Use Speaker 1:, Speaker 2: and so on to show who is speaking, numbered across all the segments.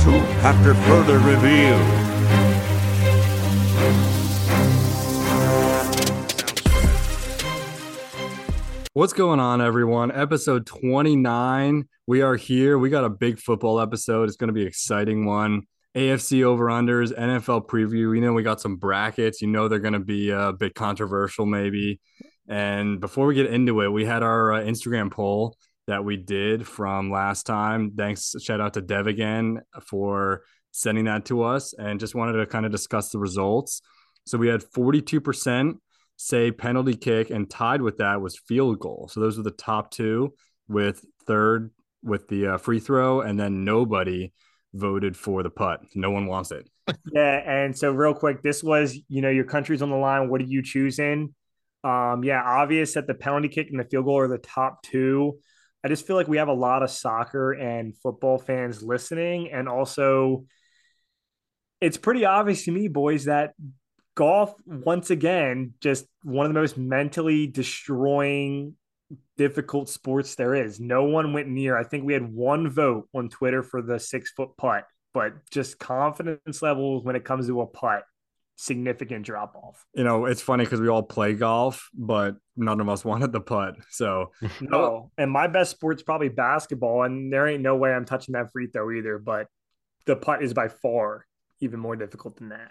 Speaker 1: two after further review.
Speaker 2: What's going on, everyone? Episode 29. We are here. We got a big football episode. It's going to be an exciting one. AFC over unders, NFL preview. You know, we got some brackets. You know, they're going to be uh, a bit controversial, maybe. And before we get into it, we had our uh, Instagram poll that we did from last time. Thanks. Shout out to Dev again for sending that to us and just wanted to kind of discuss the results. So we had 42% say penalty kick, and tied with that was field goal. So those were the top two, with third with the uh, free throw, and then nobody voted for the putt. No one wants it.
Speaker 3: Yeah, and so real quick, this was you know your country's on the line. What are you choosing? Um, yeah, obvious that the penalty kick and the field goal are the top two. I just feel like we have a lot of soccer and football fans listening, and also it's pretty obvious to me, boys, that golf once again just one of the most mentally destroying difficult sports there is no one went near i think we had one vote on twitter for the six foot putt but just confidence levels when it comes to a putt significant drop off
Speaker 2: You know, it's funny because we all play golf, but none of us wanted the putt. So
Speaker 3: no and my best sport's probably basketball and there ain't no way i'm touching that free throw either but the putt is by far even more difficult than that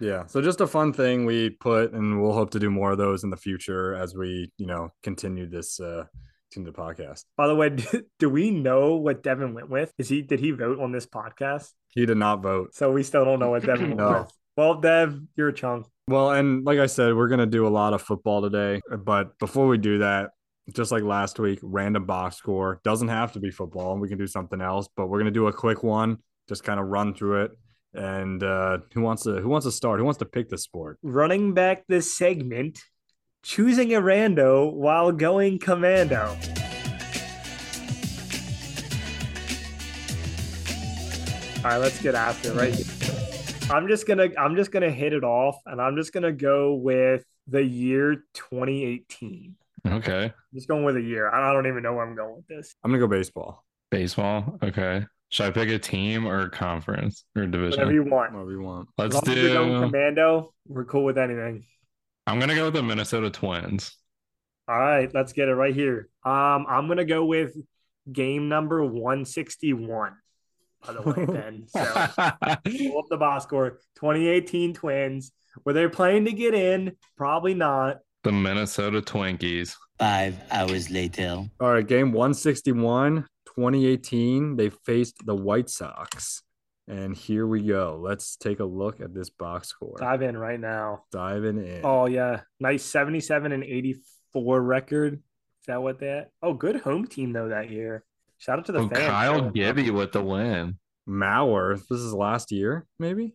Speaker 2: yeah, so just a fun thing we put, and we'll hope to do more of those in the future as we, you know, continue this uh, continue the podcast.
Speaker 3: By the way, do, do we know what Devin went with? Is he did he vote on this podcast?
Speaker 2: He did not vote.
Speaker 3: So we still don't know what Devin went
Speaker 2: No.
Speaker 3: with. Well, Dev, you're a chunk.
Speaker 2: Well, and like I said, we're going to do a lot of football today. But before we do that, just like last week, random box score doesn't have to be football, and we can do something else. But we're going to do a quick one, just kind of run through it. And uh, who wants to who wants to start? Who wants to pick the sport?
Speaker 3: Running back this segment, choosing a rando while going commando. All right, let's get after it right here. I'm just gonna I'm just gonna hit it off and I'm just gonna go with the year 2018.
Speaker 4: Okay.
Speaker 3: Just going with a year. I don't even know where I'm going with this.
Speaker 2: I'm going to go baseball.
Speaker 4: Baseball. Okay. Should I pick a team or a conference or
Speaker 3: Whatever
Speaker 4: division?
Speaker 3: you want.
Speaker 2: Whatever you want.
Speaker 4: Let's
Speaker 3: As long as you're going
Speaker 4: do.
Speaker 3: commando. We're cool with anything.
Speaker 4: I'm gonna go with the Minnesota Twins.
Speaker 3: All right, let's get it right here. Um, I'm gonna go with game number 161. By the way, Ben. So pull up the box score. 2018 Twins. Were they playing to get in? Probably not.
Speaker 4: the Minnesota Twinkies.
Speaker 5: Five hours later.
Speaker 2: All right, game 161, 2018. They faced the White Sox. And here we go. Let's take a look at this box score.
Speaker 3: Dive in right now.
Speaker 2: Diving in.
Speaker 3: Oh yeah, nice 77 and 84 record. Is that what that? Oh, good home team though that year. Shout out to the
Speaker 4: Oh,
Speaker 3: fans.
Speaker 4: Kyle
Speaker 3: showing up.
Speaker 4: Gibby with the win.
Speaker 2: Mauer. This is last year, maybe?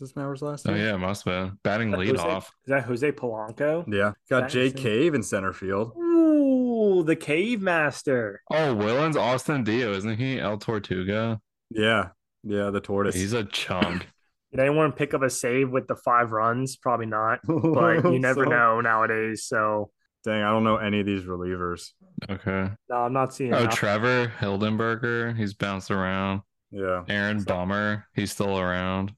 Speaker 2: Is this Mauer's last
Speaker 4: Oh
Speaker 2: year?
Speaker 4: yeah, must have been batting
Speaker 3: That was it.
Speaker 4: leadoff.
Speaker 3: Is that Jose Polanco?
Speaker 2: Yeah. Got
Speaker 3: That's
Speaker 2: Jay
Speaker 3: it.
Speaker 2: Cave in center field.
Speaker 3: Ooh, the Cave Master.
Speaker 4: Oh, Willen's Austin Dio, isn't he? El Tortuga.
Speaker 2: Yeah. Yeah, the tortoise.
Speaker 4: He's a chunk.
Speaker 3: Did anyone pick up a save with the five runs? Probably not, but you never
Speaker 2: So-
Speaker 3: know nowadays. So
Speaker 2: Dang, I don't know any of these relievers.
Speaker 4: Okay.
Speaker 3: no, I'm not seeing.
Speaker 4: Oh,
Speaker 3: enough.
Speaker 4: Trevor Hildenberger. He's bounced around.
Speaker 2: Yeah.
Speaker 4: Aaron Bummer. He's still around.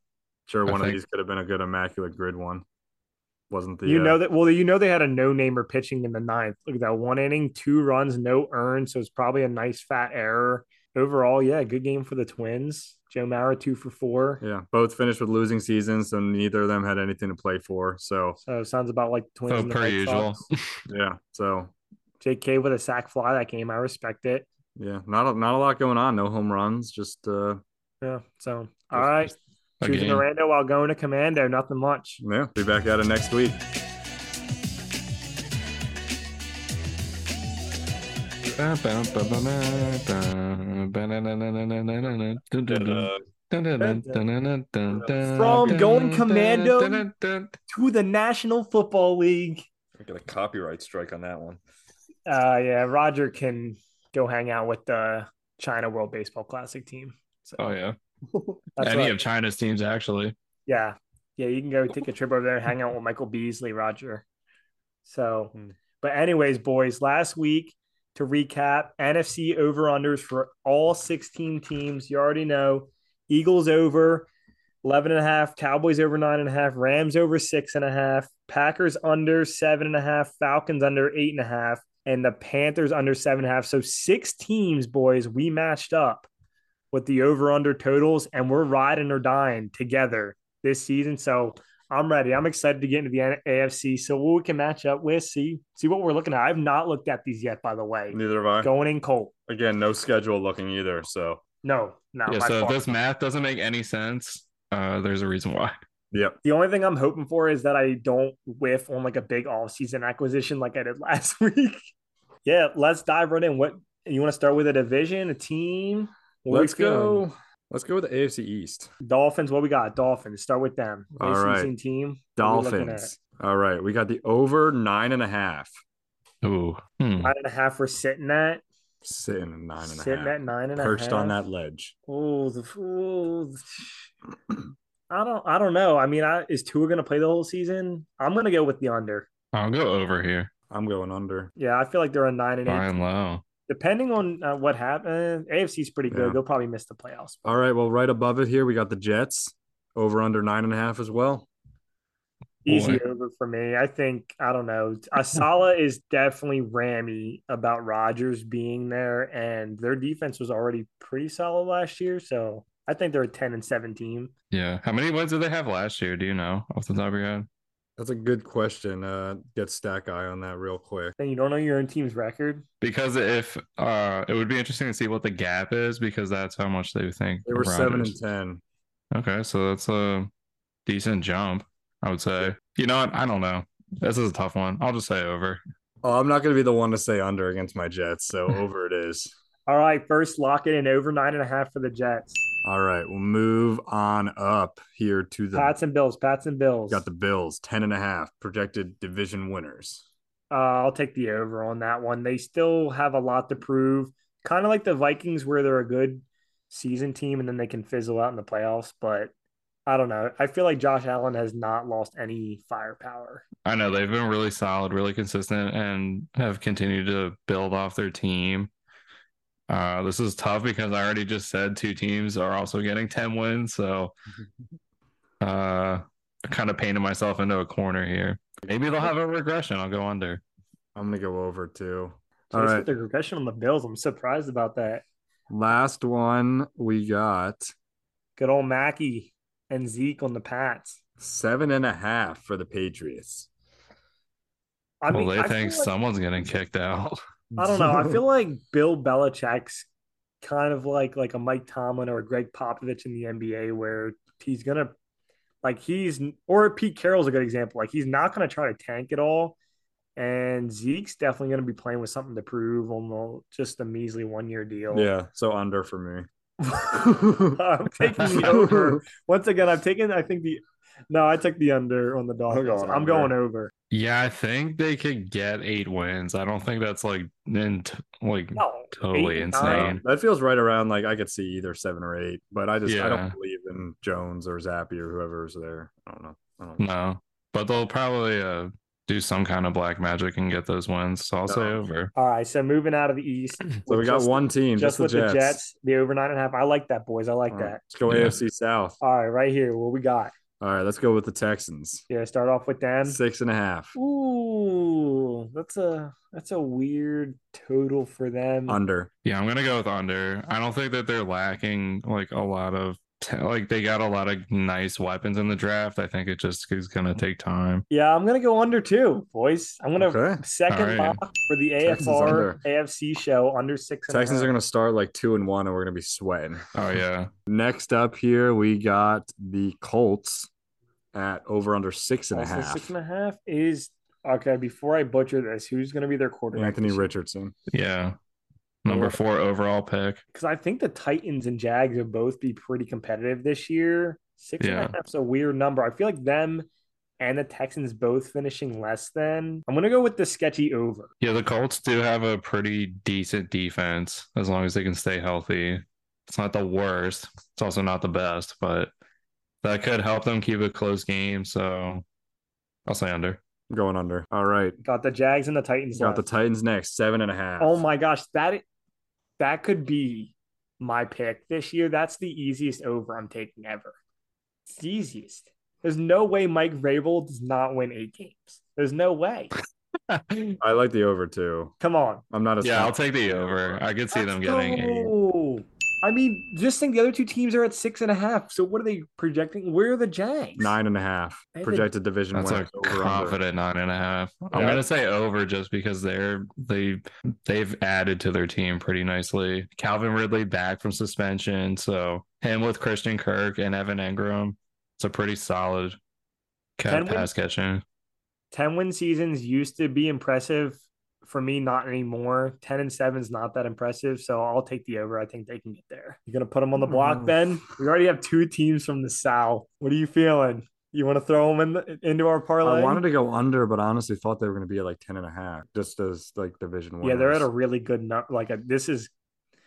Speaker 2: Sure,
Speaker 4: I
Speaker 2: one of
Speaker 4: think-
Speaker 2: these could have been a good immaculate grid one. Wasn't the
Speaker 3: you
Speaker 2: uh,
Speaker 3: know that. Well, you know they had a no-namer pitching in the ninth. Look at that one inning, two runs, no earned. So it's probably a nice fat error overall. Yeah, good game for the Twins. Joe Mauer two for four.
Speaker 2: yeah, both finished with losing seasons, so neither of them had anything to play for. So
Speaker 3: So it sounds about like the Twins.
Speaker 4: Oh,
Speaker 3: and the
Speaker 4: per
Speaker 3: White
Speaker 4: usual.
Speaker 3: Sox.
Speaker 2: yeah, so
Speaker 3: J.K. with a sac fly that game. I respect it.
Speaker 2: Yeah, not a, not a lot going on. No home runs. Just uh,
Speaker 3: Yeah. So all right,
Speaker 4: A
Speaker 3: choosing
Speaker 4: game.
Speaker 3: Miranda while going to Commando. Nothing much.
Speaker 2: yeah, be back at it next week. Mm-hmm. uh,
Speaker 4: From
Speaker 3: Going Commando To the National Football League.
Speaker 2: I got a copyright strike on that one.
Speaker 3: Uh, yeah, Roger can go hang out with the China World Baseball Classic team. So
Speaker 4: Oh yeah,
Speaker 3: that's
Speaker 4: any
Speaker 3: what-
Speaker 4: of China's teams actually.
Speaker 3: yeah, yeah, you can go take a trip over there and hang out with Michael Beasley, Roger. So,
Speaker 2: Hmm.
Speaker 3: but anyways, boys, last week to recap, NFC over unders for all 16 teams. You already know Eagles over 11 and a half, Cowboys over nine and a half, Rams over six and a half, Packers under seven and a half, Falcons under eight and a half, and the Panthers under seven and a half. So six teams, boys, we matched up with the over under totals and we're riding or dying together this season. So I'm ready. I'm excited to get into the N- AFC. So what we can match up with, see, see what we're looking at. I've not looked at these yet, by the way.
Speaker 2: Neither have I.
Speaker 3: Going in cold.
Speaker 2: Again, no schedule looking either. So,
Speaker 3: No, not
Speaker 4: yeah,
Speaker 3: my
Speaker 4: so if
Speaker 3: fault.
Speaker 4: this math doesn't make any sense, uh, there's a reason why.
Speaker 2: yep.
Speaker 3: The only thing I'm hoping for is that I don't whiff on like a big offseason acquisition like I did last week. yeah, let's dive right in. What you want to start with a division, a team? What we
Speaker 2: Let's
Speaker 3: feeling?
Speaker 2: go. Let's go with the AFC East.
Speaker 3: Dolphins. What we got? Dolphins. Start with them.
Speaker 2: All
Speaker 3: All
Speaker 2: right.
Speaker 3: right. team. What we looking at?
Speaker 2: Dolphins. All right. We got the over nine and a half.
Speaker 4: Ooh. Hmm.
Speaker 3: Nine and a half. We're sitting at
Speaker 2: Sitting at nine and a
Speaker 3: sitting
Speaker 2: half.
Speaker 3: at nine and a half.
Speaker 2: Perched on that ledge.
Speaker 3: Oh, the fool. I don't. I don't know. I mean, I, is Tua going to play the whole season? I'm going to go with the under.
Speaker 4: I'll go over here.
Speaker 2: I'm going under.
Speaker 3: Yeah, I feel like they're a nine and eight.
Speaker 4: Buy and low.
Speaker 3: depending on uh, what happens, AFC's pretty good.
Speaker 2: Yeah.
Speaker 3: They'll probably miss the playoffs.
Speaker 2: All right. Well, right above it here, we got the Jets over under nine and a half as well.
Speaker 3: Easy
Speaker 4: Boy.
Speaker 3: over for me. I think I don't know. Asala is definitely rammy about Rodgers being there, and their defense was already pretty solid last year. So I think they're a ten and seven team.
Speaker 4: Yeah. How many wins did they have last year? Do you know off the top of your head?
Speaker 2: That's a good question. Uh, get Stack Eye on that real quick.
Speaker 3: And you don't know your own team's record.
Speaker 4: Because if uh, it would be interesting to see what the gap is because that's how much they think
Speaker 2: They were
Speaker 4: of
Speaker 2: seven and
Speaker 4: Rodgers.
Speaker 2: ten.
Speaker 4: Okay, so that's a decent jump, I would say. You know what? I don't know. This is a tough one. I'll just say over.
Speaker 2: Oh, I'm not going to be the one to say under against my Jets. So over it is.
Speaker 3: All right, first lock it in over nine and a half for the Jets.
Speaker 2: All right. We'll move on up here to the
Speaker 3: Pats and Bills. Pats and Bills.
Speaker 2: got the Bills, ten and a half projected division winners.
Speaker 3: Uh, I'll take the over on that one. They still have a lot to prove, kind of like the Vikings, where they're a good season team and then they can fizzle out in the playoffs. But I don't know. I feel like Josh Allen has not lost any firepower.
Speaker 4: I know they've been really solid, really consistent, and have continued to build off their team. Uh, this is tough because I already just said two teams are also getting 10 wins. So uh, I kind of painted myself into a corner here. Maybe they'll have a regression. I'll go under.
Speaker 2: I'm gonna go over too.
Speaker 3: All
Speaker 2: All
Speaker 3: right.
Speaker 2: right,
Speaker 3: The regression on the Bills. I'm surprised about that.
Speaker 2: last one we got
Speaker 3: Good old Mackey and Zeke on the Pats.
Speaker 2: seven and a half for the Patriots.
Speaker 3: I
Speaker 4: well, they
Speaker 3: I
Speaker 4: think
Speaker 3: feel like-
Speaker 4: someone's getting kicked out.
Speaker 3: I don't know. I feel like Bill Belichick's kind of like like a Mike Tomlin or a Greg Popovich in the NBA, where he's gonna like he's or Pete Carroll's a good example. Like he's not gonna try to tank it all, and Zeke's definitely gonna be playing with something to prove on the, just a measly one year deal.
Speaker 2: yeah, so under for me.
Speaker 3: I'm taking the over once again. I've taken I think the no, I took the under on the Dolphins.
Speaker 2: going
Speaker 3: I'm
Speaker 2: under.
Speaker 3: going over.
Speaker 4: Yeah, I think they could get eight wins. I don't think that's like in t- like
Speaker 3: No,
Speaker 4: totally
Speaker 3: eight,
Speaker 4: insane.
Speaker 2: Uh, that feels right around like I could see either seven or eight, but I just I
Speaker 4: Yeah.
Speaker 2: don't believe in Jones or Zappy or whoever's there. I don't know. I don't know.
Speaker 4: No, but they'll probably uh, do some kind of black magic and get those wins. So I'll say
Speaker 2: Uh-oh.
Speaker 4: over.
Speaker 3: All right, so moving out of the East.
Speaker 2: So we got
Speaker 3: Just-
Speaker 2: one team, just,
Speaker 3: just with
Speaker 2: the Jets.
Speaker 3: the Jets, the over nine and a half. I like that, boys. I like
Speaker 2: All right,
Speaker 3: that.
Speaker 2: Let's go
Speaker 4: Yeah.
Speaker 2: AFC South.
Speaker 3: All right, right here, what we got?
Speaker 2: All right, let's go with the Texans.
Speaker 3: Yeah, start off with them.
Speaker 2: Six and a half
Speaker 3: Ooh, that's a that's a weird total for them.
Speaker 2: under.
Speaker 4: Yeah, I'm gonna go with under. I don't think that they're lacking like a lot of ta- like they got a lot of nice weapons in the draft. I think it just is gonna take time.
Speaker 3: yeah, I'm gonna go under two, boys. I'm gonna
Speaker 2: Okay.
Speaker 3: second
Speaker 4: All right.
Speaker 3: lock for the
Speaker 2: Texans
Speaker 3: AFR
Speaker 2: under.
Speaker 3: AFC show under six. and a
Speaker 2: Texans are
Speaker 3: half.
Speaker 2: going to start like two and one, and we're going to be sweating.
Speaker 4: Oh yeah,
Speaker 2: Next up here, we got the Colts at over under six and a
Speaker 3: Also,
Speaker 2: half.
Speaker 3: Six and a half is okay. Before I butcher this, who's gonna be their quarterback?
Speaker 2: Anthony Richardson.
Speaker 4: yeah. Number four overall pick.
Speaker 3: because I think the Titans and Jags will both be pretty competitive this year. Six and a half's
Speaker 4: Yeah.
Speaker 3: a weird number. I feel like them and the Texans both finishing less than. I'm gonna go with the sketchy over.
Speaker 4: Yeah, the Colts do have a pretty decent defense as long as they can stay healthy. It's not the worst. It's also not the best, but that could help them keep a close game. So I'll say under.
Speaker 2: Going under. All right.
Speaker 3: Got the Jags and the Titans. Oh
Speaker 2: Got the
Speaker 3: left.
Speaker 2: Titans next, seven and a half.
Speaker 3: oh my gosh, that that could be my pick this year. That's the easiest over I'm taking ever. It's the easiest. There's no way Mike Vrabel does not win eight games. There's no way.
Speaker 2: I like the over too.
Speaker 3: Come on.
Speaker 2: I'm not a
Speaker 4: yeah, I'll
Speaker 2: snob.
Speaker 4: take the over. I could see them
Speaker 3: Let's
Speaker 4: getting eight.
Speaker 3: go. I mean, just think the other two teams are at six and a half. So what are they projecting? Where are the Jags?
Speaker 2: nine and a half
Speaker 3: I think-
Speaker 2: projected division
Speaker 4: That's a
Speaker 2: winners over under.
Speaker 4: confident nine and a half. I'm
Speaker 3: Yeah.
Speaker 4: gonna say over just because they're they they've added to their team pretty nicely. Calvin Ridley back from suspension, so him with Christian Kirk and Evan Engram, it's a pretty solid
Speaker 3: Ten
Speaker 4: cat
Speaker 3: wins?
Speaker 4: pass catching.
Speaker 3: 10 win seasons used to be impressive. For me, not anymore. 10 and 7 is not that impressive. So I'll take the over. I think they can get there. You're going to put them on the block,
Speaker 2: Mm.
Speaker 3: Ben? We already have two teams from the South. What are you feeling? You want to throw them in the, into our parlay?
Speaker 2: I wanted to go under, but honestly thought they were going to be at like 10 and a half, just as like division winners.
Speaker 3: yeah, they're at a really good number. Like, a, this is,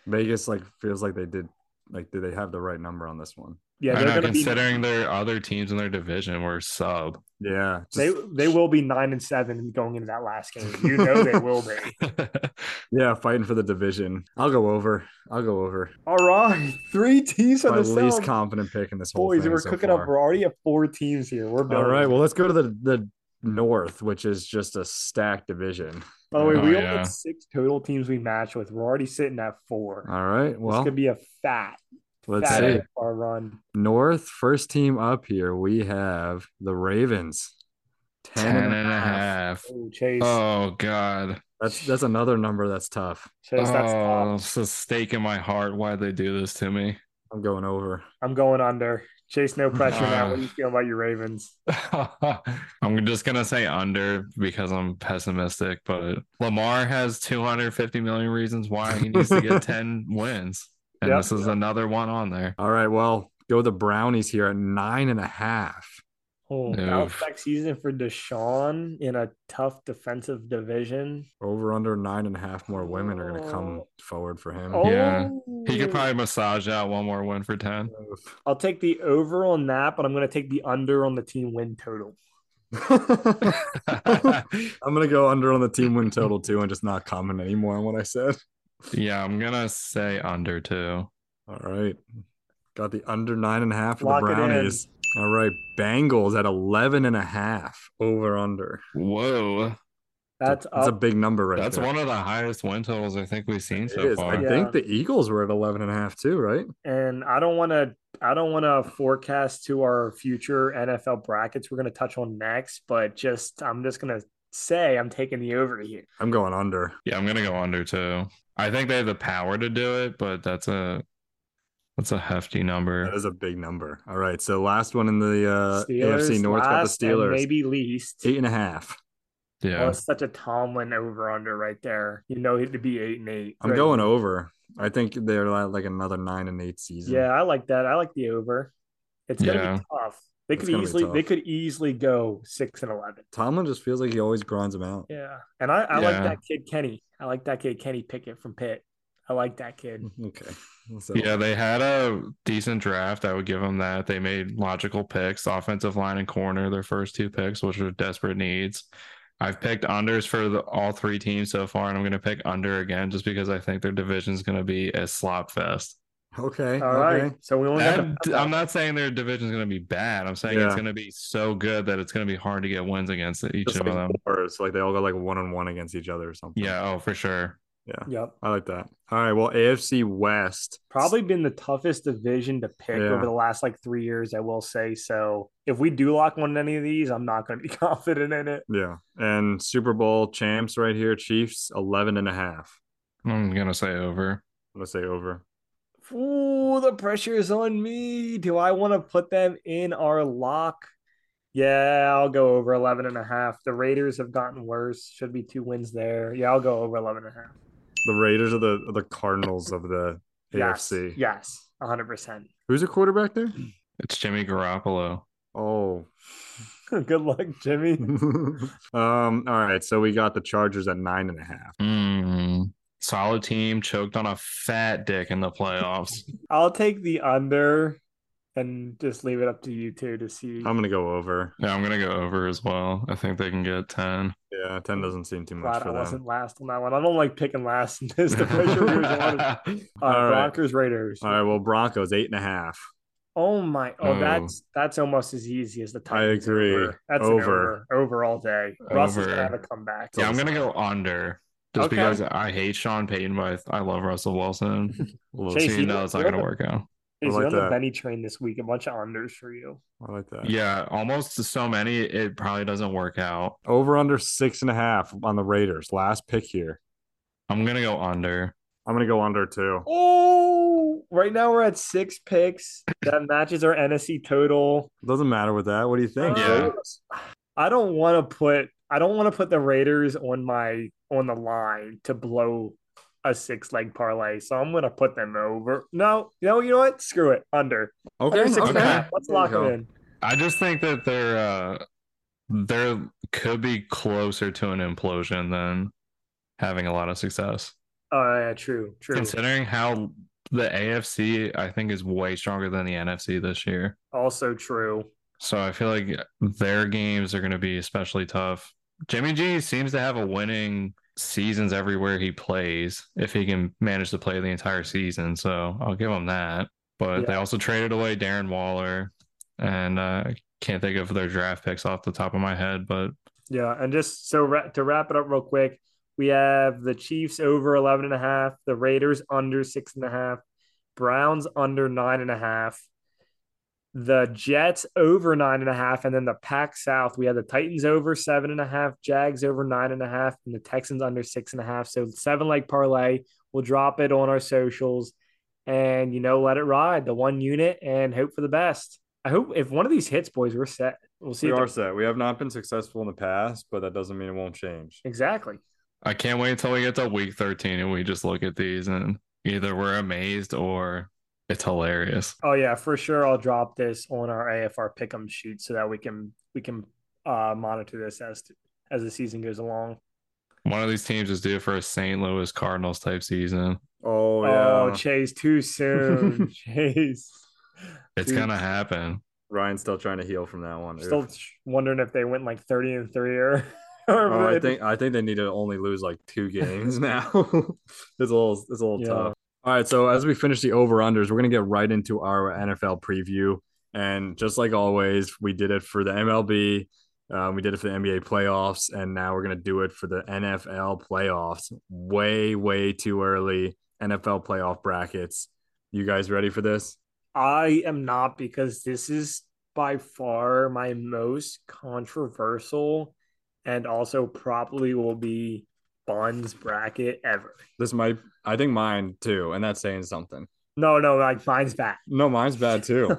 Speaker 2: Vegas like feels like they did like did they have the right number on this one?
Speaker 3: yeah,
Speaker 4: I
Speaker 3: they're
Speaker 4: know,
Speaker 3: going to be.
Speaker 4: considering their other teams in their division were sub.
Speaker 2: Yeah, just-
Speaker 3: They, they will be nine and seven going into that last game. You know they will be.
Speaker 2: yeah, fighting for the division. I'll go over. I'll go over.
Speaker 3: All right, three teams
Speaker 2: My
Speaker 3: from the
Speaker 2: least
Speaker 3: South.
Speaker 2: confident pick in this whole
Speaker 3: Boys,
Speaker 2: thing
Speaker 3: we're
Speaker 2: so
Speaker 3: cooking
Speaker 2: far.
Speaker 3: up. We're already at four teams here. We're
Speaker 2: All
Speaker 3: building.
Speaker 2: right, well let's go to the the north, which is just a stacked division.
Speaker 3: By the way,
Speaker 4: Oh,
Speaker 3: we only
Speaker 4: yeah.
Speaker 3: have six total teams we match with. We're already sitting at four.
Speaker 2: All right,
Speaker 3: this
Speaker 2: Uh, well
Speaker 3: could be a fat,
Speaker 2: let's
Speaker 3: fat
Speaker 2: see.
Speaker 4: Saturday.
Speaker 3: FR run.
Speaker 2: North first team up here. We have the Ravens. 10,
Speaker 4: Ten and a half.
Speaker 3: Oh, Chase,
Speaker 2: Uh,
Speaker 4: Oh god.
Speaker 2: That's that's another number that's tough.
Speaker 3: Chase, that's
Speaker 2: uh,
Speaker 4: oh,
Speaker 3: tough.
Speaker 4: it's a stake in my heart. Why would they do this to me?
Speaker 2: I'm going over.
Speaker 3: I'm going under. Chase, no pressure now.
Speaker 4: Uh.
Speaker 3: What do you feel about your Ravens?
Speaker 4: I'm just gonna say under because I'm pessimistic, but Lamar has 250 million reasons why he needs to get 10 wins, and
Speaker 3: Yep.
Speaker 4: this is another one on there.
Speaker 2: All right, well, go the Brownies here at nine and a half.
Speaker 3: Oh, bounce
Speaker 4: Oof.
Speaker 3: back season for Deshaun in a tough defensive division.
Speaker 2: Over under nine and a half more women are gonna come
Speaker 3: Oh.
Speaker 2: forward for him.
Speaker 3: Oh,
Speaker 4: Yeah. He could probably massage out one more win for 10.
Speaker 3: I'll take the over on that, but I'm going to take the under on the team win total.
Speaker 2: I'm gonna go under on the team win total too, and just not comment anymore on what I said.
Speaker 4: yeah, I'm gonna say under too.
Speaker 2: All right, got the under nine and a half for
Speaker 3: Lock
Speaker 2: the
Speaker 3: it in.
Speaker 2: Brownies. All right, Bengals at 11 and a half over under.
Speaker 4: Whoa,
Speaker 3: That's
Speaker 2: that's a
Speaker 3: up.
Speaker 2: big number right
Speaker 4: that's
Speaker 2: there.
Speaker 4: one of the highest win totals I think we've seen
Speaker 2: It
Speaker 4: so
Speaker 2: is. I
Speaker 4: far.
Speaker 3: Yeah.
Speaker 2: think the Eagles were at 11 and a half too, right?
Speaker 3: and I don't want to I don't want to forecast to our future NFL brackets we're going to touch on next, but just I'm just going to say I'm taking the over here.
Speaker 2: I'm going under.
Speaker 4: Yeah, I'm gonna go under too. I think they have the power to do it, but that's a that's a hefty number.
Speaker 2: That is a big number. All right. So last one in the uh, AFC
Speaker 3: Steelers
Speaker 2: North got the
Speaker 3: last and
Speaker 2: Steelers.
Speaker 3: maybe least.
Speaker 2: Eight and a half.
Speaker 4: yeah,
Speaker 3: Well, it's such a Tomlin over under right there. You know he'd be eight and eight.
Speaker 2: I'm
Speaker 3: right?
Speaker 2: going over. I think they're at, like another nine and eight season.
Speaker 3: Yeah, I like that. I like the over. It's gonna
Speaker 4: Yeah.
Speaker 3: be tough. They
Speaker 2: It's
Speaker 3: could
Speaker 2: gonna be
Speaker 3: easily they
Speaker 2: tough.
Speaker 3: could easily go six and eleven.
Speaker 2: Tomlin just feels like he always grinds them out.
Speaker 3: Yeah, and I, I like
Speaker 4: Yeah.
Speaker 3: that kid Kenny. I like that kid Kenny Pickett from Pitt. I like that kid.
Speaker 2: Mm-hmm. Okay. So,
Speaker 4: yeah. They had a decent draft. I would give them that. They made logical picks, offensive line and corner. Their first two picks, which were desperate needs. I've picked unders for the, all three teams so far, and I'm gonna pick under again just because I think their division's gonna be a slop fest.
Speaker 2: Okay.
Speaker 3: All right,
Speaker 2: okay.
Speaker 3: So we only got
Speaker 4: And
Speaker 3: to-
Speaker 4: I'm not saying their division's gonna be bad. I'm saying it's
Speaker 2: Yeah.
Speaker 4: gonna be so good that it's gonna be hard to get wins against each
Speaker 2: Just
Speaker 4: of
Speaker 2: like
Speaker 4: them.
Speaker 2: wars, like they all go like one on one against each other or something.
Speaker 4: Yeah, oh for sure.
Speaker 3: Yep.
Speaker 2: I like that. All right. Well, AFC West.
Speaker 3: Probably been the toughest division to pick
Speaker 2: Yeah.
Speaker 3: over the last like three years, I will say. So if we do lock one in any of these, I'm not going to be confident in it.
Speaker 2: Yeah. And Super Bowl champs right here, Chiefs, 11 and a half.
Speaker 4: I'm gonna say over.
Speaker 2: I'm going to say over.
Speaker 3: Ooh, the pressure is on me. Do I want to put them in our lock? Yeah, I'll go over 11 and a half. The Raiders have gotten worse. Should be two wins there. Yeah, I'll go over 11 and a half.
Speaker 2: The Raiders are the, are the Cardinals of the
Speaker 3: Yes.
Speaker 2: AFC.
Speaker 3: Yes, 100%.
Speaker 2: Who's a quarterback there?
Speaker 4: It's Jimmy Garoppolo.
Speaker 2: Oh.
Speaker 3: Good luck, Jimmy.
Speaker 2: um, all right. So we got the Chargers at nine and a half.
Speaker 4: Mm. Solid team choked on a fat dick in the playoffs.
Speaker 3: I'll take the under and just leave it up to you two to see.
Speaker 2: I'm gonna go over.
Speaker 4: Yeah, I'm gonna go over as well. I think they can get ten.
Speaker 2: Yeah, ten doesn't seem too much
Speaker 3: Glad I
Speaker 2: for them.
Speaker 3: wasn't last on that one. I don't like picking last in this. The pressure we was on. Uh,
Speaker 2: All right.
Speaker 3: Broncos Raiders.
Speaker 2: All right, well, Broncos eight and a half.
Speaker 3: Oh my!
Speaker 4: Oh.
Speaker 3: Oh, that's that's almost as easy as the
Speaker 2: I
Speaker 3: Titans.
Speaker 2: agree.
Speaker 3: Over. That's an
Speaker 2: Over.
Speaker 3: over. over all day. Russ is
Speaker 4: Over.
Speaker 3: gonna have a comeback.
Speaker 4: Yeah, I'm gonna go under just
Speaker 3: Okay.
Speaker 4: because I hate Sean Payton, but I I love Russell Wilson.
Speaker 2: Well,
Speaker 4: so
Speaker 3: Chase,
Speaker 4: you
Speaker 3: you
Speaker 4: know
Speaker 3: look
Speaker 4: it's not
Speaker 3: good.
Speaker 4: gonna work out.
Speaker 3: He's
Speaker 2: like
Speaker 3: on the
Speaker 2: that.
Speaker 3: Benny train this week. A bunch of unders for you.
Speaker 2: I like that.
Speaker 4: Yeah, almost so many it probably doesn't work out.
Speaker 2: Over under six and a half on the Raiders. Last pick here.
Speaker 4: I'm gonna go under.
Speaker 2: I'm gonna go under too.
Speaker 3: Oh, right now we're at six picks. That matches our NFC total.
Speaker 2: Doesn't matter with that. What do you think?
Speaker 4: Yeah.
Speaker 2: Chase?
Speaker 3: I don't want to put I don't want to put the Raiders on my on the line to blow a six leg parlay. So I'm gonna put them over. No, no, you know what? Screw it. Under.
Speaker 2: Okay.
Speaker 3: Under six and a
Speaker 4: okay.
Speaker 3: half. Let's
Speaker 2: There you
Speaker 3: lock them
Speaker 2: go.
Speaker 3: in.
Speaker 4: I just think that they're uh they're could be closer to an implosion than having a lot of success.
Speaker 3: Oh yeah, true, true.
Speaker 4: Considering how the AFC I think is way stronger than the NFC this year.
Speaker 3: also true.
Speaker 4: So I feel like their games are going to be especially tough. Jimmy G seems to have a winning seasons everywhere he plays if he can manage to play the entire season. So I'll give him that. But they also traded away Darren Waller, and uh, I can't think of their draft picks off the top of my head. But
Speaker 3: Yeah, and just so ra- to wrap it up real quick, we have the Chiefs over 11 and a half, the Raiders under six and a half, Browns under nine and a half, the Jets over nine and a half, and then the Pac South. We have the Titans over seven and a half, Jags over nine and a half, and the Texans under six and a half. So seven leg parlay. We'll drop it on our socials and you know, let it ride the one unit and hope for the best. I hope if one of these hits, boys, we're set. We'll see.
Speaker 2: We
Speaker 3: if the-
Speaker 2: are set. We have not been successful in the past, but that doesn't mean it won't change.
Speaker 3: exactly.
Speaker 4: I can't wait until we get to week 13 and we just look at these and either we're amazed or it's hilarious.
Speaker 3: Oh yeah, for sure. I'll drop this on our AFR pick'em sheet so that we can we can uh, monitor this as as the season goes along.
Speaker 4: One of these teams is due for a St. Louis Cardinals type season.
Speaker 2: Oh
Speaker 3: Oh,
Speaker 2: yeah.
Speaker 3: Chase, too soon. Chase,
Speaker 4: It's
Speaker 3: Dude.
Speaker 4: going to happen.
Speaker 2: Ryan's still trying to heal from that one.
Speaker 3: I'm
Speaker 2: Oof.
Speaker 3: still ch- wondering if they went like thirty and three or. or
Speaker 2: Oh, I
Speaker 3: if-
Speaker 2: think I think they need to only lose like two games now. it's a little it's a little
Speaker 3: Yeah.
Speaker 2: tough. All right, so as we finish the over unders, we're gonna get right into our NFL preview, and just like always, we did it for the MLB, um, we did it for the NBA playoffs, and now we're gonna do it for the NFL playoffs. Way way too early NFL playoff brackets. You guys ready for this?
Speaker 3: I am not because this is by far my most controversial, and also probably will be Bonds bracket ever.
Speaker 2: This might I think mine too, and that's saying something.
Speaker 3: No, no, like mine's back.
Speaker 2: No, mine's bad too.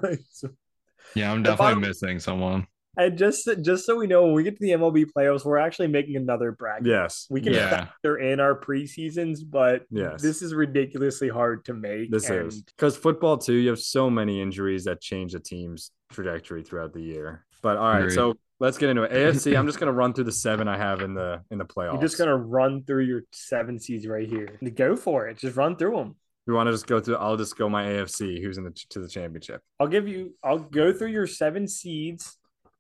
Speaker 4: Yeah, I'm
Speaker 3: The
Speaker 4: definitely
Speaker 3: bottom-
Speaker 4: missing someone.
Speaker 3: And just just so we know, when we get to the MLB playoffs, we're actually making another bracket.
Speaker 2: yes,
Speaker 3: We can
Speaker 4: Yeah.
Speaker 3: factor in our preseasons, but
Speaker 2: Yes.
Speaker 3: this is ridiculously hard to make.
Speaker 2: This
Speaker 3: and
Speaker 2: is because football too. You have so many injuries that change the team's trajectory throughout the year. But all right,
Speaker 4: Agreed.
Speaker 2: so let's get into it. AFC. I'm just gonna run through the seven I have in the in the playoffs.
Speaker 3: You're just gonna run through your seven seeds right here. Go for it. Just run through them.
Speaker 2: We want to just go through. I'll just go my AFC. Who's in the to the championship?
Speaker 3: I'll give you. I'll go through your seven seeds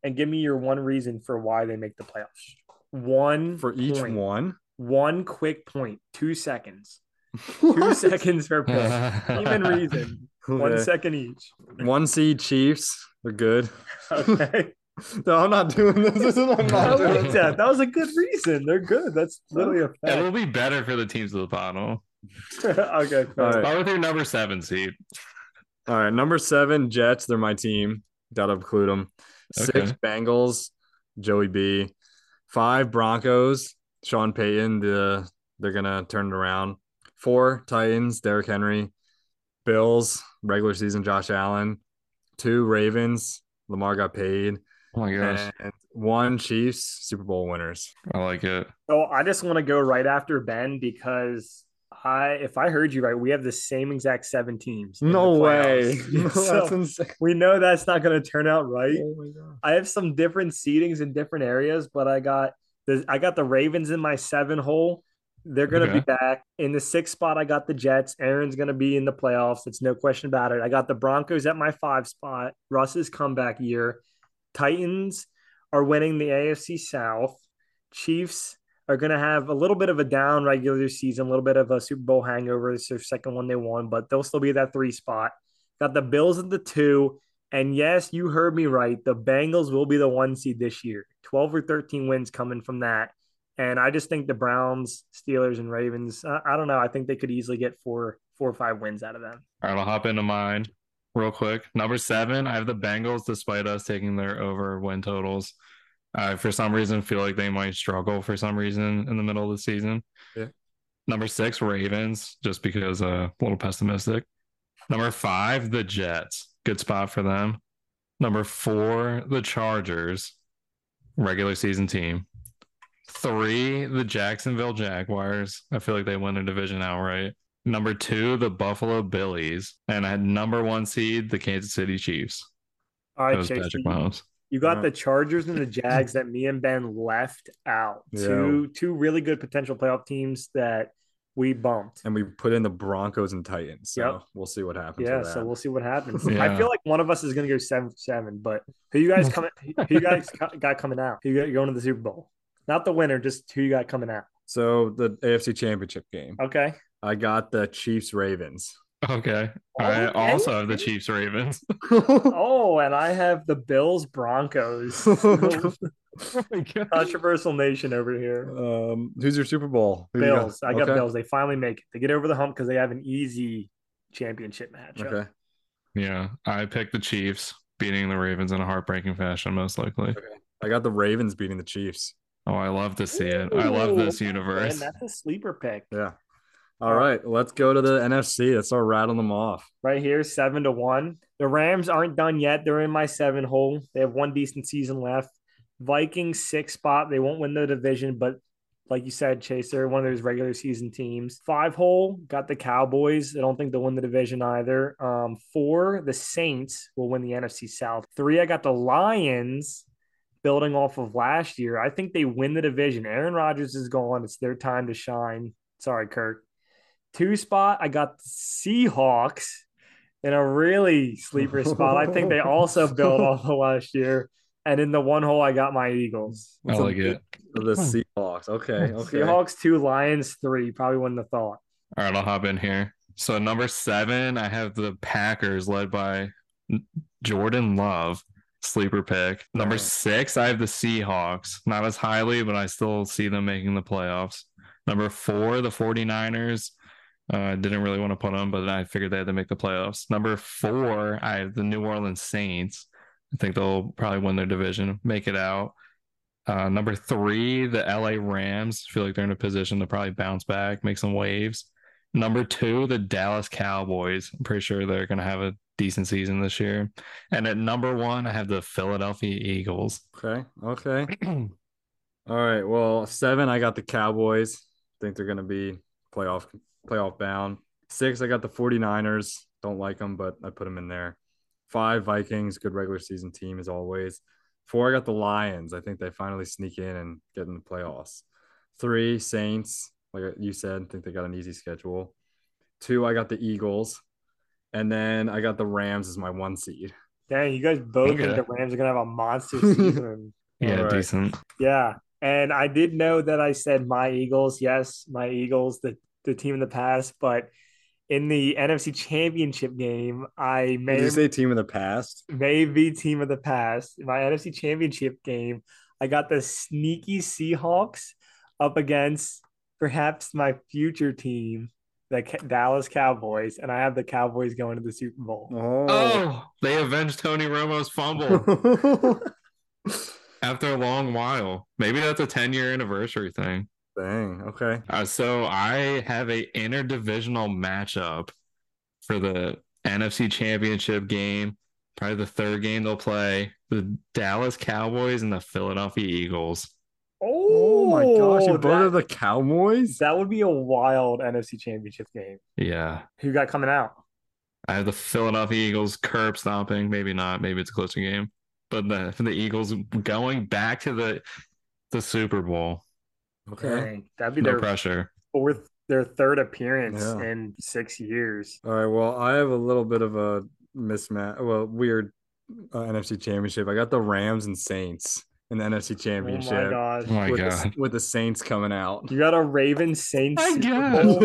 Speaker 3: and give me your one reason for why they make the playoffs. One
Speaker 2: For each
Speaker 3: point.
Speaker 2: one,
Speaker 3: One quick point. Two seconds. Two seconds per pick. Even reason. One
Speaker 2: Okay.
Speaker 3: second each.
Speaker 2: One seed Chiefs. They're good.
Speaker 3: Okay.
Speaker 2: no, I'm not doing this. This is what I'm
Speaker 3: I
Speaker 2: not doing.
Speaker 3: like that. That was a good reason. They're good. That's literally a
Speaker 4: It will
Speaker 3: fact.
Speaker 4: be better for the teams of the bottom.
Speaker 3: okay. fair.
Speaker 2: All right.
Speaker 4: Start with your number seven seed.
Speaker 2: All right, number seven Jets. They're my team. Gotta include them. Six
Speaker 4: Okay.
Speaker 2: Bengals. Joey B. Five Broncos. Sean Payton. The they're gonna turn it around. Four Titans. Derrick Henry. Bills. Regular season. Josh Allen. Two Ravens. Lamar got paid.
Speaker 4: Oh my gosh,
Speaker 2: And one Chiefs. Super Bowl winners.
Speaker 4: I like it.
Speaker 3: So I just want to go right after Ben because I, if I heard you right, we have the same exact seven teams. in the playoffs.
Speaker 2: That's
Speaker 3: so
Speaker 2: insane.
Speaker 3: we know that's not going to turn out right.
Speaker 2: Oh my god.
Speaker 3: I have some different seedings in different areas, but I got the I got the Ravens in my seven hole. They're going to
Speaker 4: Okay.
Speaker 3: be back in the sixth spot. I got the Jets. Aaron's going to be in the playoffs. It's no question about it. I got the Broncos at my five spot. Russ's comeback year. Titans are winning the AFC South. Chiefs are going to have a little bit of a down regular season, a little bit of a Super Bowl hangover. It's their second one they won, but they'll still be at that three spot. Got the Bills at the two. And yes, you heard me right. The Bengals will be the one seed this year. 12 or 13 wins coming from that. And I just think the Browns, Steelers, and Ravens, I, I don't know. I think they could easily get four, four or five wins out of them.
Speaker 4: All right, I'll hop into mine real quick. Number seven, I have the Bengals, despite us taking their over win totals. I, for some reason, feel like they might struggle for some reason in the middle of the season.
Speaker 2: Yeah.
Speaker 4: Number six, Ravens, just because uh, a little pessimistic. Number five, the Jets. Good spot for them. Number four, the Chargers, regular season team. Three, the Jacksonville Jaguars. I feel like they win a division outright. Number two, the Buffalo Billies. And I had number one seed, the Kansas City Chiefs.
Speaker 3: All
Speaker 4: That
Speaker 3: right,
Speaker 4: was
Speaker 3: Chase,
Speaker 4: Patrick
Speaker 3: you-
Speaker 4: Mahomes.
Speaker 3: You got the Chargers and the Jags that me and Ben left out.
Speaker 2: Yeah.
Speaker 3: Two two really good potential playoff teams that we bumped.
Speaker 2: and we put in the Broncos and Titans. So
Speaker 3: Yep.
Speaker 2: we'll see what happens.
Speaker 3: Yeah,
Speaker 2: with
Speaker 3: so
Speaker 2: that.
Speaker 3: we'll see what happens. I
Speaker 4: Yeah.
Speaker 3: feel like one of us is going to go seven for seven. But who you guys coming? Who you guys co- got coming out? Who you got going to the Super Bowl? Not the winner, just who you got coming out.
Speaker 2: So the AFC Championship game,
Speaker 3: Okay.
Speaker 2: I got the Chiefs Ravens.
Speaker 4: Okay. I
Speaker 3: Okay.
Speaker 4: also have the Chiefs Ravens.
Speaker 2: Um,
Speaker 3: Oh, and I have the Bills Broncos.
Speaker 4: Oh
Speaker 3: Uh, Controversial nation over here.
Speaker 2: um, who's your Super Bowl? Who you
Speaker 3: Bills. I got
Speaker 2: Okay.
Speaker 3: Bills. They finally make it. They get over the hump because they have an easy championship matchup.
Speaker 2: Okay.
Speaker 4: yeah. I picked the Chiefs, beating the Ravens in a heartbreaking fashion, most likely.
Speaker 2: I got the Ravens beating the Chiefs.
Speaker 4: Oh, I love to see it. I love this
Speaker 3: Ooh,
Speaker 4: universe.
Speaker 3: Man, that's a sleeper pick.
Speaker 2: Yeah. All right, let's go to the NFC. Let's start rattling them off.
Speaker 3: Right here, seven to one. The Rams aren't done yet. They're in my seven hole. They have one decent season left. Vikings six spot. They won't win the division, but like you said, Chase, they're one of those regular season teams. Five hole got the Cowboys. I don't think they'll win the division either. Um, four, the Saints will win the NFC South. Three, I got the Lions building off of last year. I think they win the division. Aaron Rodgers is gone. It's their time to shine. Sorry, Kirk. Two spot, I got the Seahawks in a really sleeper spot. I think they also built off of last year. And in the one hole, I got my Eagles.
Speaker 4: I
Speaker 2: So
Speaker 4: like it.
Speaker 2: The Seahawks. Okay. Okay.
Speaker 3: Seahawks two, Lions three. Probably wouldn't have thought.
Speaker 4: All right, I'll hop in here. So number seven, I have the Packers led by Jordan Love, sleeper pick. Number
Speaker 2: Wow.
Speaker 4: six, I have the Seahawks. Not as highly, but I still see them making the playoffs. Number four, the 49ers. Uh, didn't really want to put them, but I figured they had to make the playoffs. Number four, I have the New Orleans Saints. I think they'll probably win their division, make it out. Uh, number three, the LA Rams. Feel like they're in a position to probably bounce back, make some waves. Number two, the Dallas Cowboys. I'm pretty sure they're going to have a decent season this year. And at number one, I have the Philadelphia Eagles.
Speaker 2: Okay. Okay. All right. Well, seven, I got the Cowboys. think they're going to be playoff playoff bound. Six, I got the 49ers. Don't like them, but I put them in there. Five, Vikings, good regular season team as always. Four, I got the Lions. I think they finally sneak in and get in the playoffs. Three, Saints. Like you said, I think they got an easy schedule. Two, I got the Eagles. And then I got the Rams as my one seed.
Speaker 3: Dang, you guys both think
Speaker 4: Okay.
Speaker 3: the Rams are gonna have a monster season.
Speaker 4: yeah,
Speaker 2: All right.
Speaker 4: decent.
Speaker 3: yeah. And I did know that I said my Eagles, yes, my Eagles, the, the team in the past, but in the NFC championship game, I
Speaker 2: Did you
Speaker 3: may
Speaker 2: say team of the past?
Speaker 3: may be team of the past. In my NFC championship game, I got the sneaky Seahawks up against perhaps my future team, the Ca- Dallas Cowboys, and I have the Cowboys going to the Super Bowl.
Speaker 4: Oh, they avenged Tony Romo's fumble after a long while. Maybe that's a 10 year anniversary thing.
Speaker 2: Dang. Okay.
Speaker 4: Uh, so I have a interdivisional matchup for the NFC Championship game. Probably the third game they'll play: the Dallas Cowboys and the Philadelphia Eagles.
Speaker 2: Oh my gosh, you
Speaker 3: that,
Speaker 2: both are the Cowboys?
Speaker 3: that would be a wild NFC championship game.
Speaker 4: Yeah,
Speaker 3: Who got coming out?
Speaker 4: I have the Philadelphia Eagles curb stomping. Maybe not. Maybe it's a closer game. But the the Eagles going back to the the Super Bowl.
Speaker 2: Okay.
Speaker 3: Dang, that'd be
Speaker 4: No
Speaker 3: their
Speaker 4: pressure.
Speaker 3: fourth, their third appearance
Speaker 2: Yeah.
Speaker 3: in six years.
Speaker 2: All right. Well, I have a little bit of a mismatch. Well, weird uh, NFC Championship. I got the Rams and Saints in the NFC
Speaker 3: Oh my
Speaker 2: Championship
Speaker 4: Oh
Speaker 3: god.
Speaker 4: my
Speaker 2: with,
Speaker 4: god.
Speaker 2: The, with the Saints coming out.
Speaker 3: You got a Ravens Saints.
Speaker 4: My
Speaker 3: Super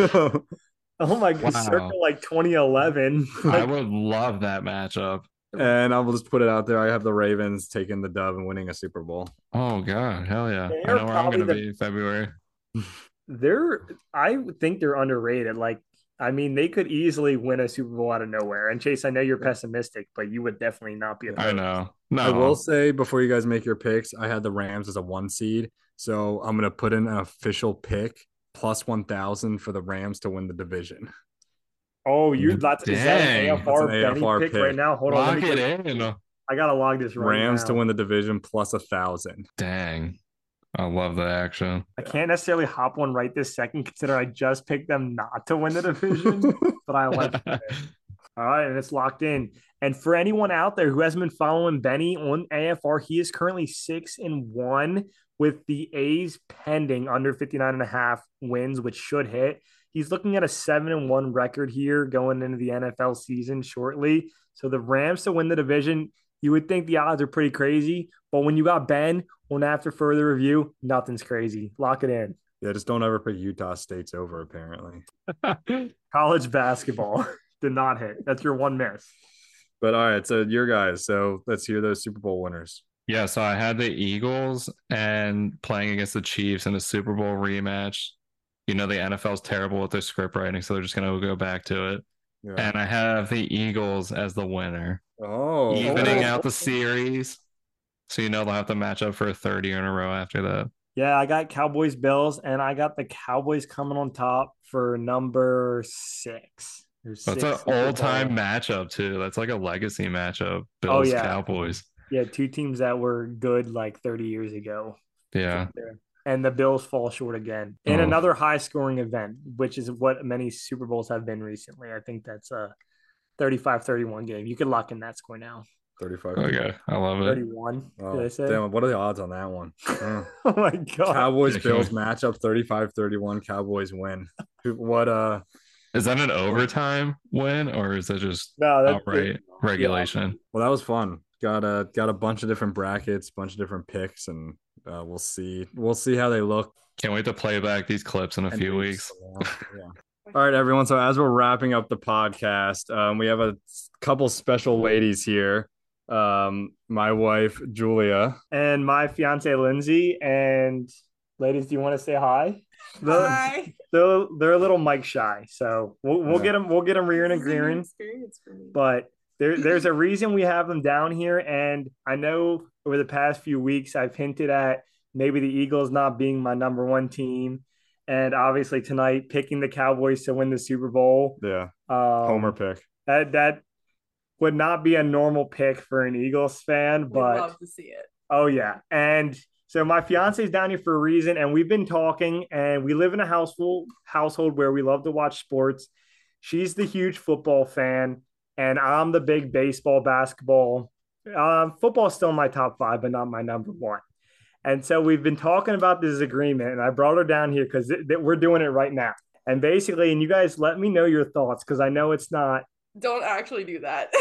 Speaker 4: God.
Speaker 3: Bowl.
Speaker 2: I
Speaker 3: Oh my god,
Speaker 4: Wow.
Speaker 3: circa like 2011.
Speaker 4: I would love that matchup.
Speaker 2: and I'll just put it out there. I have the Ravens taking the dub and winning a Super Bowl.
Speaker 4: Oh god, hell yeah.
Speaker 3: They
Speaker 4: I
Speaker 3: are
Speaker 4: know where I'm
Speaker 3: probably
Speaker 4: gonna
Speaker 3: the-
Speaker 4: be February.
Speaker 3: They're I think they're underrated. Like I mean, they could easily win a Super Bowl out of nowhere. And Chase, I know you're pessimistic, but you would definitely not be.
Speaker 4: I know. No.
Speaker 2: I will say before you guys make your picks, I had the Rams as a one seed. So I'm going to put in an official pick plus 1,000 for the Rams to win the division.
Speaker 3: Oh, you're that's, is that
Speaker 4: Dang.
Speaker 3: an AFR,
Speaker 2: Mm-hmm. That's an
Speaker 3: betting
Speaker 2: AFR
Speaker 3: pick,
Speaker 2: pick.
Speaker 3: right now. Hold on,
Speaker 4: Lock
Speaker 3: let me,
Speaker 4: it
Speaker 3: get-
Speaker 4: in.
Speaker 3: I gotta log this right
Speaker 2: Rams
Speaker 3: now.
Speaker 2: to win the division plus a 1,000.
Speaker 4: Dang. I love the action.
Speaker 3: I can't necessarily hop one right this second, considering I just picked them not to win the division, but I like. it. All right, and it's locked in. And for anyone out there who hasn't been following Benny on AFR, he is currently six and one with the A's pending under 59 and a half wins, which should hit. He's looking at a seven and one record here going into the NFL season shortly. So the Rams to win the division, you would think the odds are pretty crazy. But when you got Ben on after further review, nothing's crazy. Lock it in.
Speaker 2: Yeah, just don't ever pick Utah State's over, apparently.
Speaker 3: College basketball did not hit. That's your one miss.
Speaker 2: But all right, so your guys. So let's hear those Super Bowl winners.
Speaker 4: Yeah, so I had the Eagles and playing against the Chiefs in a Super Bowl rematch. You know, the NFL's terrible with their script writing, so they're just going to go back to it.
Speaker 2: Yeah.
Speaker 4: And I have the Eagles as the winner,
Speaker 2: Oh,
Speaker 4: evening out the series. So, you know, they'll have to match up for a third year in a row after that.
Speaker 3: Yeah, I got Cowboys Bills, and I got the Cowboys coming on top for number six. There's
Speaker 4: That's
Speaker 3: six
Speaker 4: an
Speaker 3: Super
Speaker 4: all time
Speaker 3: Bowls.
Speaker 4: matchup, too. That's like a legacy matchup.
Speaker 3: Oh,
Speaker 4: Bills,
Speaker 3: yeah.
Speaker 4: Cowboys.
Speaker 3: Yeah, two teams that were good like 30 years ago.
Speaker 4: Yeah.
Speaker 3: And the Bills fall short again in
Speaker 4: Oh.
Speaker 3: another high scoring event, which is what many Super Bowls have been recently. I think that's a 35 31 game. You could lock in that score now.
Speaker 2: 35.
Speaker 4: Okay. I love it.
Speaker 3: 31.
Speaker 2: Oh,
Speaker 3: did I say?
Speaker 2: damn, what are the odds on that one? Mm.
Speaker 3: oh my God.
Speaker 2: Cowboys
Speaker 4: Yeah,
Speaker 2: Bills matchup 35 31. Cowboys win. What uh
Speaker 4: Is that an overtime win or is that just
Speaker 3: no, that's
Speaker 4: outright regulation?
Speaker 2: well that was fun. Got a got a bunch of different brackets, bunch of different picks, and uh, we'll see. We'll see how they look
Speaker 4: Can't wait to play back these clips in a
Speaker 2: And
Speaker 4: few
Speaker 2: it's
Speaker 4: weeks.
Speaker 2: so long. Yeah. All right, everyone. So as we're wrapping up the podcast, um, we have a s- couple special ladies here. Um, my wife Julia.
Speaker 3: and my fiance Lindsay. And ladies, do you want to say hi? They're,
Speaker 6: Hi.
Speaker 3: They're, they're a little mic shy, so we'll, we'll
Speaker 2: Yeah.
Speaker 3: get them. We'll get them rearing and
Speaker 6: This is a new
Speaker 3: gearing.
Speaker 6: experience for me.
Speaker 3: But there, there's a reason we have them down here. And I know over the past few weeks, I've hinted at maybe the Eagles not being my number one team, and obviously tonight picking the Cowboys to win the Super Bowl.
Speaker 2: Yeah,
Speaker 3: Um,
Speaker 2: Homer pick.
Speaker 3: That that would not be a normal pick for an Eagles fan,
Speaker 6: We'd
Speaker 3: but
Speaker 6: love to see it.
Speaker 3: Oh yeah, and so my fiance's down here for a reason, and we've been talking, and we live in a household household where we love to watch sports. She's the huge football fan, and I'm the big baseball, basketball. Um, football's still in my top five, but not my number one. And so we've been talking about this agreement, and I brought her down here because th- th- we're doing it right now. And basically, and you guys let me know your thoughts because I know it's not
Speaker 6: Don't actually do that.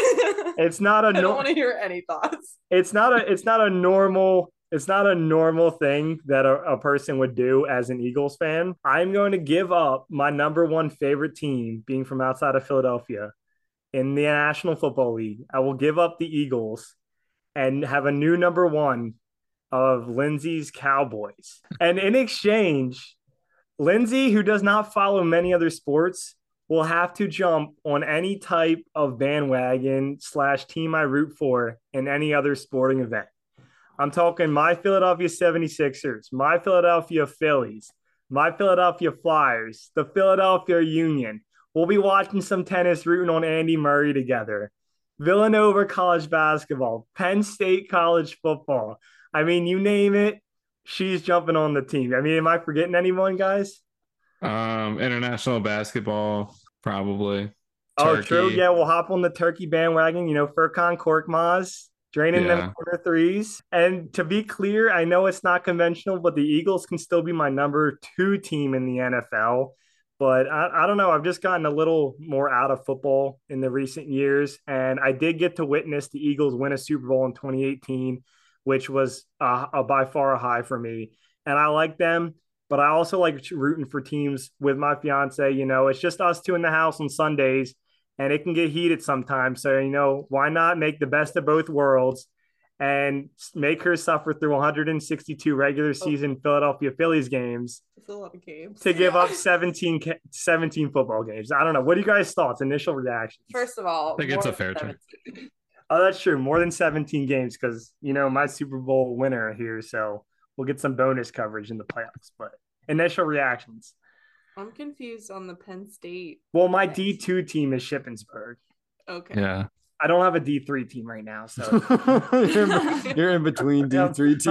Speaker 3: it's not a
Speaker 6: I don't
Speaker 3: no-
Speaker 6: want to hear any thoughts.
Speaker 3: it's not a it's not a normal it's not a normal thing that a, a person would do as an Eagles fan. I'm going to give up my number one favorite team being from outside of Philadelphia in the National Football League. I will give up the Eagles and have a new number one of Lindsay's Cowboys. And in exchange, Lindsay, who does not follow many other sports, will have to jump on any type of bandwagon slash team I root for in any other sporting event. I'm talking my Philadelphia 76ers, my Philadelphia Phillies, my Philadelphia Flyers, the Philadelphia Union. We'll be watching some tennis rooting on Andy Murray together. Villanova college basketball, Penn State college football. I mean, you name it, she's jumping on the team. I mean, am I forgetting anyone, guys?
Speaker 4: Um, international basketball, probably.
Speaker 3: Oh, true.
Speaker 4: Turkey.
Speaker 3: Yeah, we'll hop on the turkey bandwagon. You know, Furkan Korkmaz, draining
Speaker 4: Yeah.
Speaker 3: them corner threes. And to be clear, I know it's not conventional, but the Eagles can still be my number two team in the NFL. But I, I don't know. I've just gotten a little more out of football in the recent years. And I did get to witness the Eagles win a Super Bowl in 2018, which was a, a by far a high for me. And I like them, but I also like rooting for teams with my fiance. You know, it's just us two in the house on Sundays and it can get heated sometimes. So, you know, why not make the best of both worlds and s- make her suffer through 162 regular season Philadelphia Phillies games
Speaker 6: It's a lot of games.
Speaker 3: to give up 17, ca- 17 football games? I don't know. What are you guys' thoughts, initial reactions?
Speaker 6: First of all,
Speaker 4: I think it's
Speaker 6: more
Speaker 4: a fair
Speaker 6: than
Speaker 4: term.
Speaker 6: 17.
Speaker 3: oh, that's true. More than 17 games because, you know, my Super Bowl winner here. So we'll get some bonus coverage in the playoffs, but initial reactions.
Speaker 6: I'm confused on the Penn State.
Speaker 3: Well, my
Speaker 6: Nice.
Speaker 3: D2 team is Shippensburg.
Speaker 6: Okay.
Speaker 4: Yeah.
Speaker 3: I don't have a D3 team right now. So.
Speaker 2: you're, in, you're in between
Speaker 3: Yeah.
Speaker 2: D3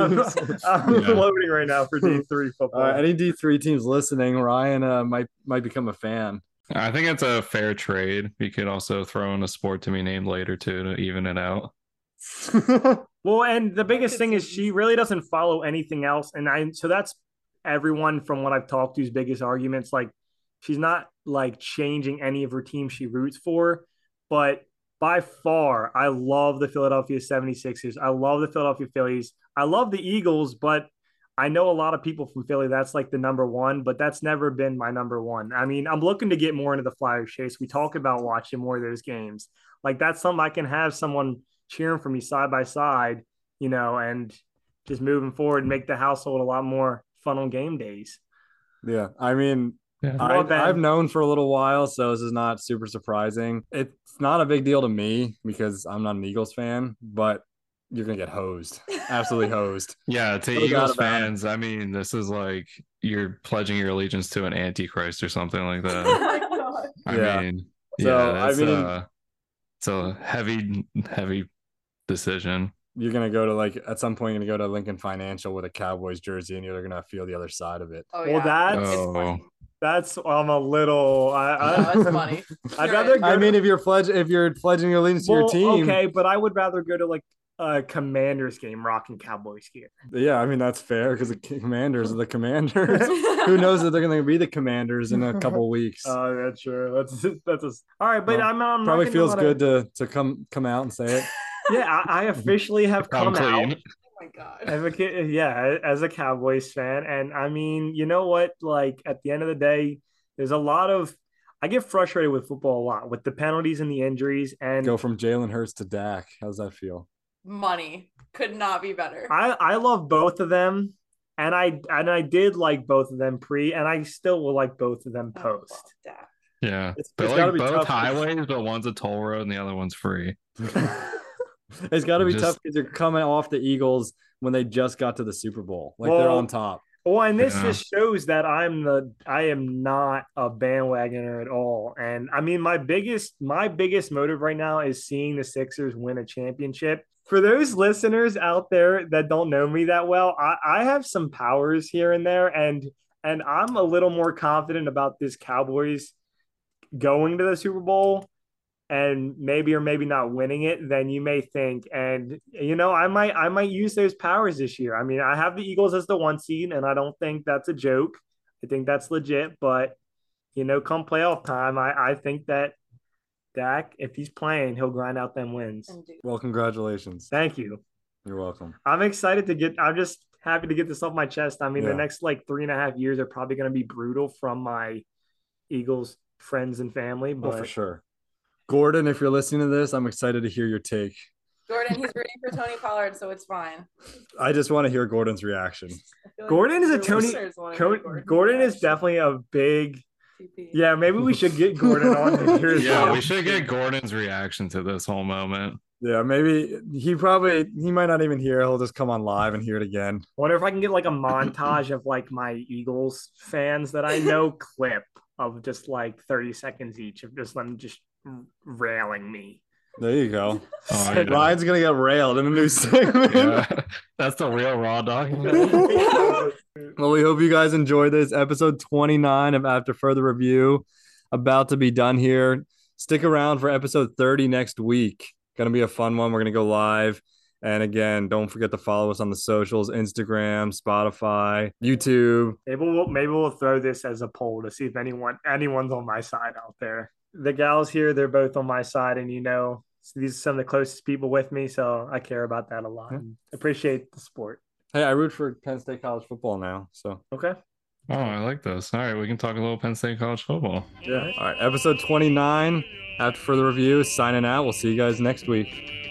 Speaker 2: teams.
Speaker 3: uh, I'm, I'm
Speaker 4: Yeah.
Speaker 3: loading right now for D three football.
Speaker 2: Uh, any D3 teams listening, Ryan uh, might might become a fan.
Speaker 4: I think it's a fair trade. You could also throw in a sport to be named later too to even it out.
Speaker 3: well, and the biggest
Speaker 6: could
Speaker 3: thing is
Speaker 6: see-
Speaker 3: she really doesn't follow anything else, and I so that's everyone from what I've talked to's biggest arguments. Like she's not like changing any of her team she roots for, but by far, I love the Philadelphia 76ers. I love the Philadelphia Phillies. I love the Eagles, but I know a lot of people from Philly. That's like the number one, but that's never been my number one. I mean, I'm looking to get more into the Flyers chase. We talk about watching more of those games. Like that's something I can have someone cheering for me side by side, you know, and just moving forward and make the household a lot more fun on game days.
Speaker 2: Yeah, I mean,
Speaker 4: Yeah.
Speaker 2: I,
Speaker 3: on, Ben.
Speaker 2: I've known for a little while, so this is not super surprising. It's not a big deal to me because I'm not an Eagles fan, but you're gonna get hosed,
Speaker 6: Oh
Speaker 2: absolutely hosed.
Speaker 4: Yeah, to
Speaker 2: No doubt about
Speaker 4: Eagles
Speaker 2: it.
Speaker 4: fans, I mean, this is like you're pledging your allegiance to an antichrist or something like
Speaker 6: oh
Speaker 4: that.
Speaker 6: my god.
Speaker 4: I
Speaker 2: Yeah.
Speaker 4: mean,
Speaker 2: So, I
Speaker 4: yeah, that's,
Speaker 2: mean-
Speaker 4: uh, it's a heavy, heavy decision.
Speaker 2: You're gonna go to like at some point, you're gonna go to Lincoln Financial with a Cowboys jersey, and you're gonna feel the other side of it.
Speaker 6: Oh,
Speaker 3: well,
Speaker 6: yeah.
Speaker 3: that's
Speaker 6: It's
Speaker 4: Oh,
Speaker 6: funny.
Speaker 3: that's I'm a little. I,
Speaker 6: No,
Speaker 3: I,
Speaker 6: that's funny.
Speaker 3: I'd
Speaker 6: You're
Speaker 3: rather
Speaker 6: right.
Speaker 3: go
Speaker 2: I mean, if you're pledge, if you're pledging your allegiance
Speaker 3: well,
Speaker 2: to your team,
Speaker 3: okay, but I would rather go to like a Commanders game rocking Cowboys gear.
Speaker 2: yeah, I mean that's fair because the Commanders are the Commanders. Who knows that they're gonna be the Commanders in a couple weeks?
Speaker 3: Oh, that's true. That's that's a, all right, but
Speaker 2: Well,
Speaker 3: I'm, I'm not
Speaker 2: Probably
Speaker 3: gonna
Speaker 2: feels good
Speaker 3: let
Speaker 2: to to come come out and say it.
Speaker 3: it- yeah, I, I officially have
Speaker 4: I'm
Speaker 3: come out.
Speaker 4: clean.
Speaker 6: Oh my god.
Speaker 3: As a kid, yeah, as a Cowboys fan, and I mean, you know what? Like at the end of the day, there's a lot of I get frustrated with football a lot with the penalties and the injuries, and
Speaker 2: Go from Jalen Hurts to Dak. How's that feel?
Speaker 6: Money could not be better.
Speaker 3: I I love both of them, and I and I did like both of them pre, and I still will like both of them
Speaker 6: Oh,
Speaker 3: post.
Speaker 6: fuck that.
Speaker 4: Yeah.
Speaker 2: It's-
Speaker 4: They're
Speaker 2: it's gotta
Speaker 4: like
Speaker 2: be
Speaker 4: both
Speaker 2: tough.
Speaker 4: highways, but one's a toll road and the other one's free.
Speaker 2: it's got to be
Speaker 4: Just-
Speaker 2: tough because you're coming off the Eagles when they just got to the Super Bowl. Like they're
Speaker 3: Well,
Speaker 2: on top.
Speaker 3: Well, and this
Speaker 4: Yeah.
Speaker 3: just shows that I'm the I am not a bandwagoner at all. And I mean my biggest my biggest motive right now is seeing the Sixers win a championship. For those listeners out there that don't know me that well, I, I have some powers here and there and and I'm a little more confident about this Cowboys going to the Super Bowl and maybe or maybe not winning it than you may think. And you know, I might I might use those powers this year. I mean, I have the Eagles as the one seed, and I don't think that's a joke. I think that's legit. But you know, come playoff time, I I think that Dak, if he's playing, he'll grind out them wins.
Speaker 6: And do-
Speaker 2: Well, congratulations.
Speaker 3: Thank you.
Speaker 2: You're welcome.
Speaker 3: I'm excited to get. I'm just happy to get this off my chest. I mean,
Speaker 2: Yeah.
Speaker 3: the next like three and a half years are probably going to be brutal from my Eagles friends and family. But
Speaker 2: Well, Oh, for sure. Gordon, if you're listening to this, I'm excited to hear your take.
Speaker 6: Jordan, he's rooting for Tony Pollard, so it's fine.
Speaker 2: I just want to hear Gordon's reaction.
Speaker 6: I feel like
Speaker 3: Gordon is a
Speaker 6: your
Speaker 3: Tony-
Speaker 6: listeners wanna
Speaker 3: Co-
Speaker 6: hear
Speaker 3: Gordon, is definitely a big.
Speaker 6: TP.
Speaker 3: Yeah, maybe we should get Gordon on here. as
Speaker 4: Yeah,
Speaker 3: well.
Speaker 4: we should get Gordon's reaction to this whole moment.
Speaker 2: Yeah, maybe he probably he might not even hear. He'll just come on live and hear it again.
Speaker 3: Wonder if I can get like a montage of like my Eagles fans that I know clip of just like 30 seconds each of just them just railing me.
Speaker 2: There you go.
Speaker 4: Oh, yeah.
Speaker 2: Ryan's gonna get railed in a new segment.
Speaker 4: Yeah. That's the real raw dog.
Speaker 2: Well, we hope you guys enjoyed this episode 29 of After Further Review. About to be done here. Stick around for episode 30 next week. Gonna be a fun one. We're gonna go live. And again, don't forget to follow us on the socials Instagram, Spotify, YouTube.
Speaker 3: Maybe we'll maybe we'll throw this as a poll to see if anyone anyone's on my side out there. The gals here, they're both on my side, and you know these are some of the closest people with me, so I care about that a lot.
Speaker 4: Hmm.
Speaker 3: and Appreciate the sport.
Speaker 2: Hey, I root for Penn State College football now. So,
Speaker 3: Okay.
Speaker 4: Oh, I like this. All right, we can talk a little Penn State college football.
Speaker 3: Yeah.
Speaker 2: all right, episode 29. After further review, signing out. We'll see you guys next week.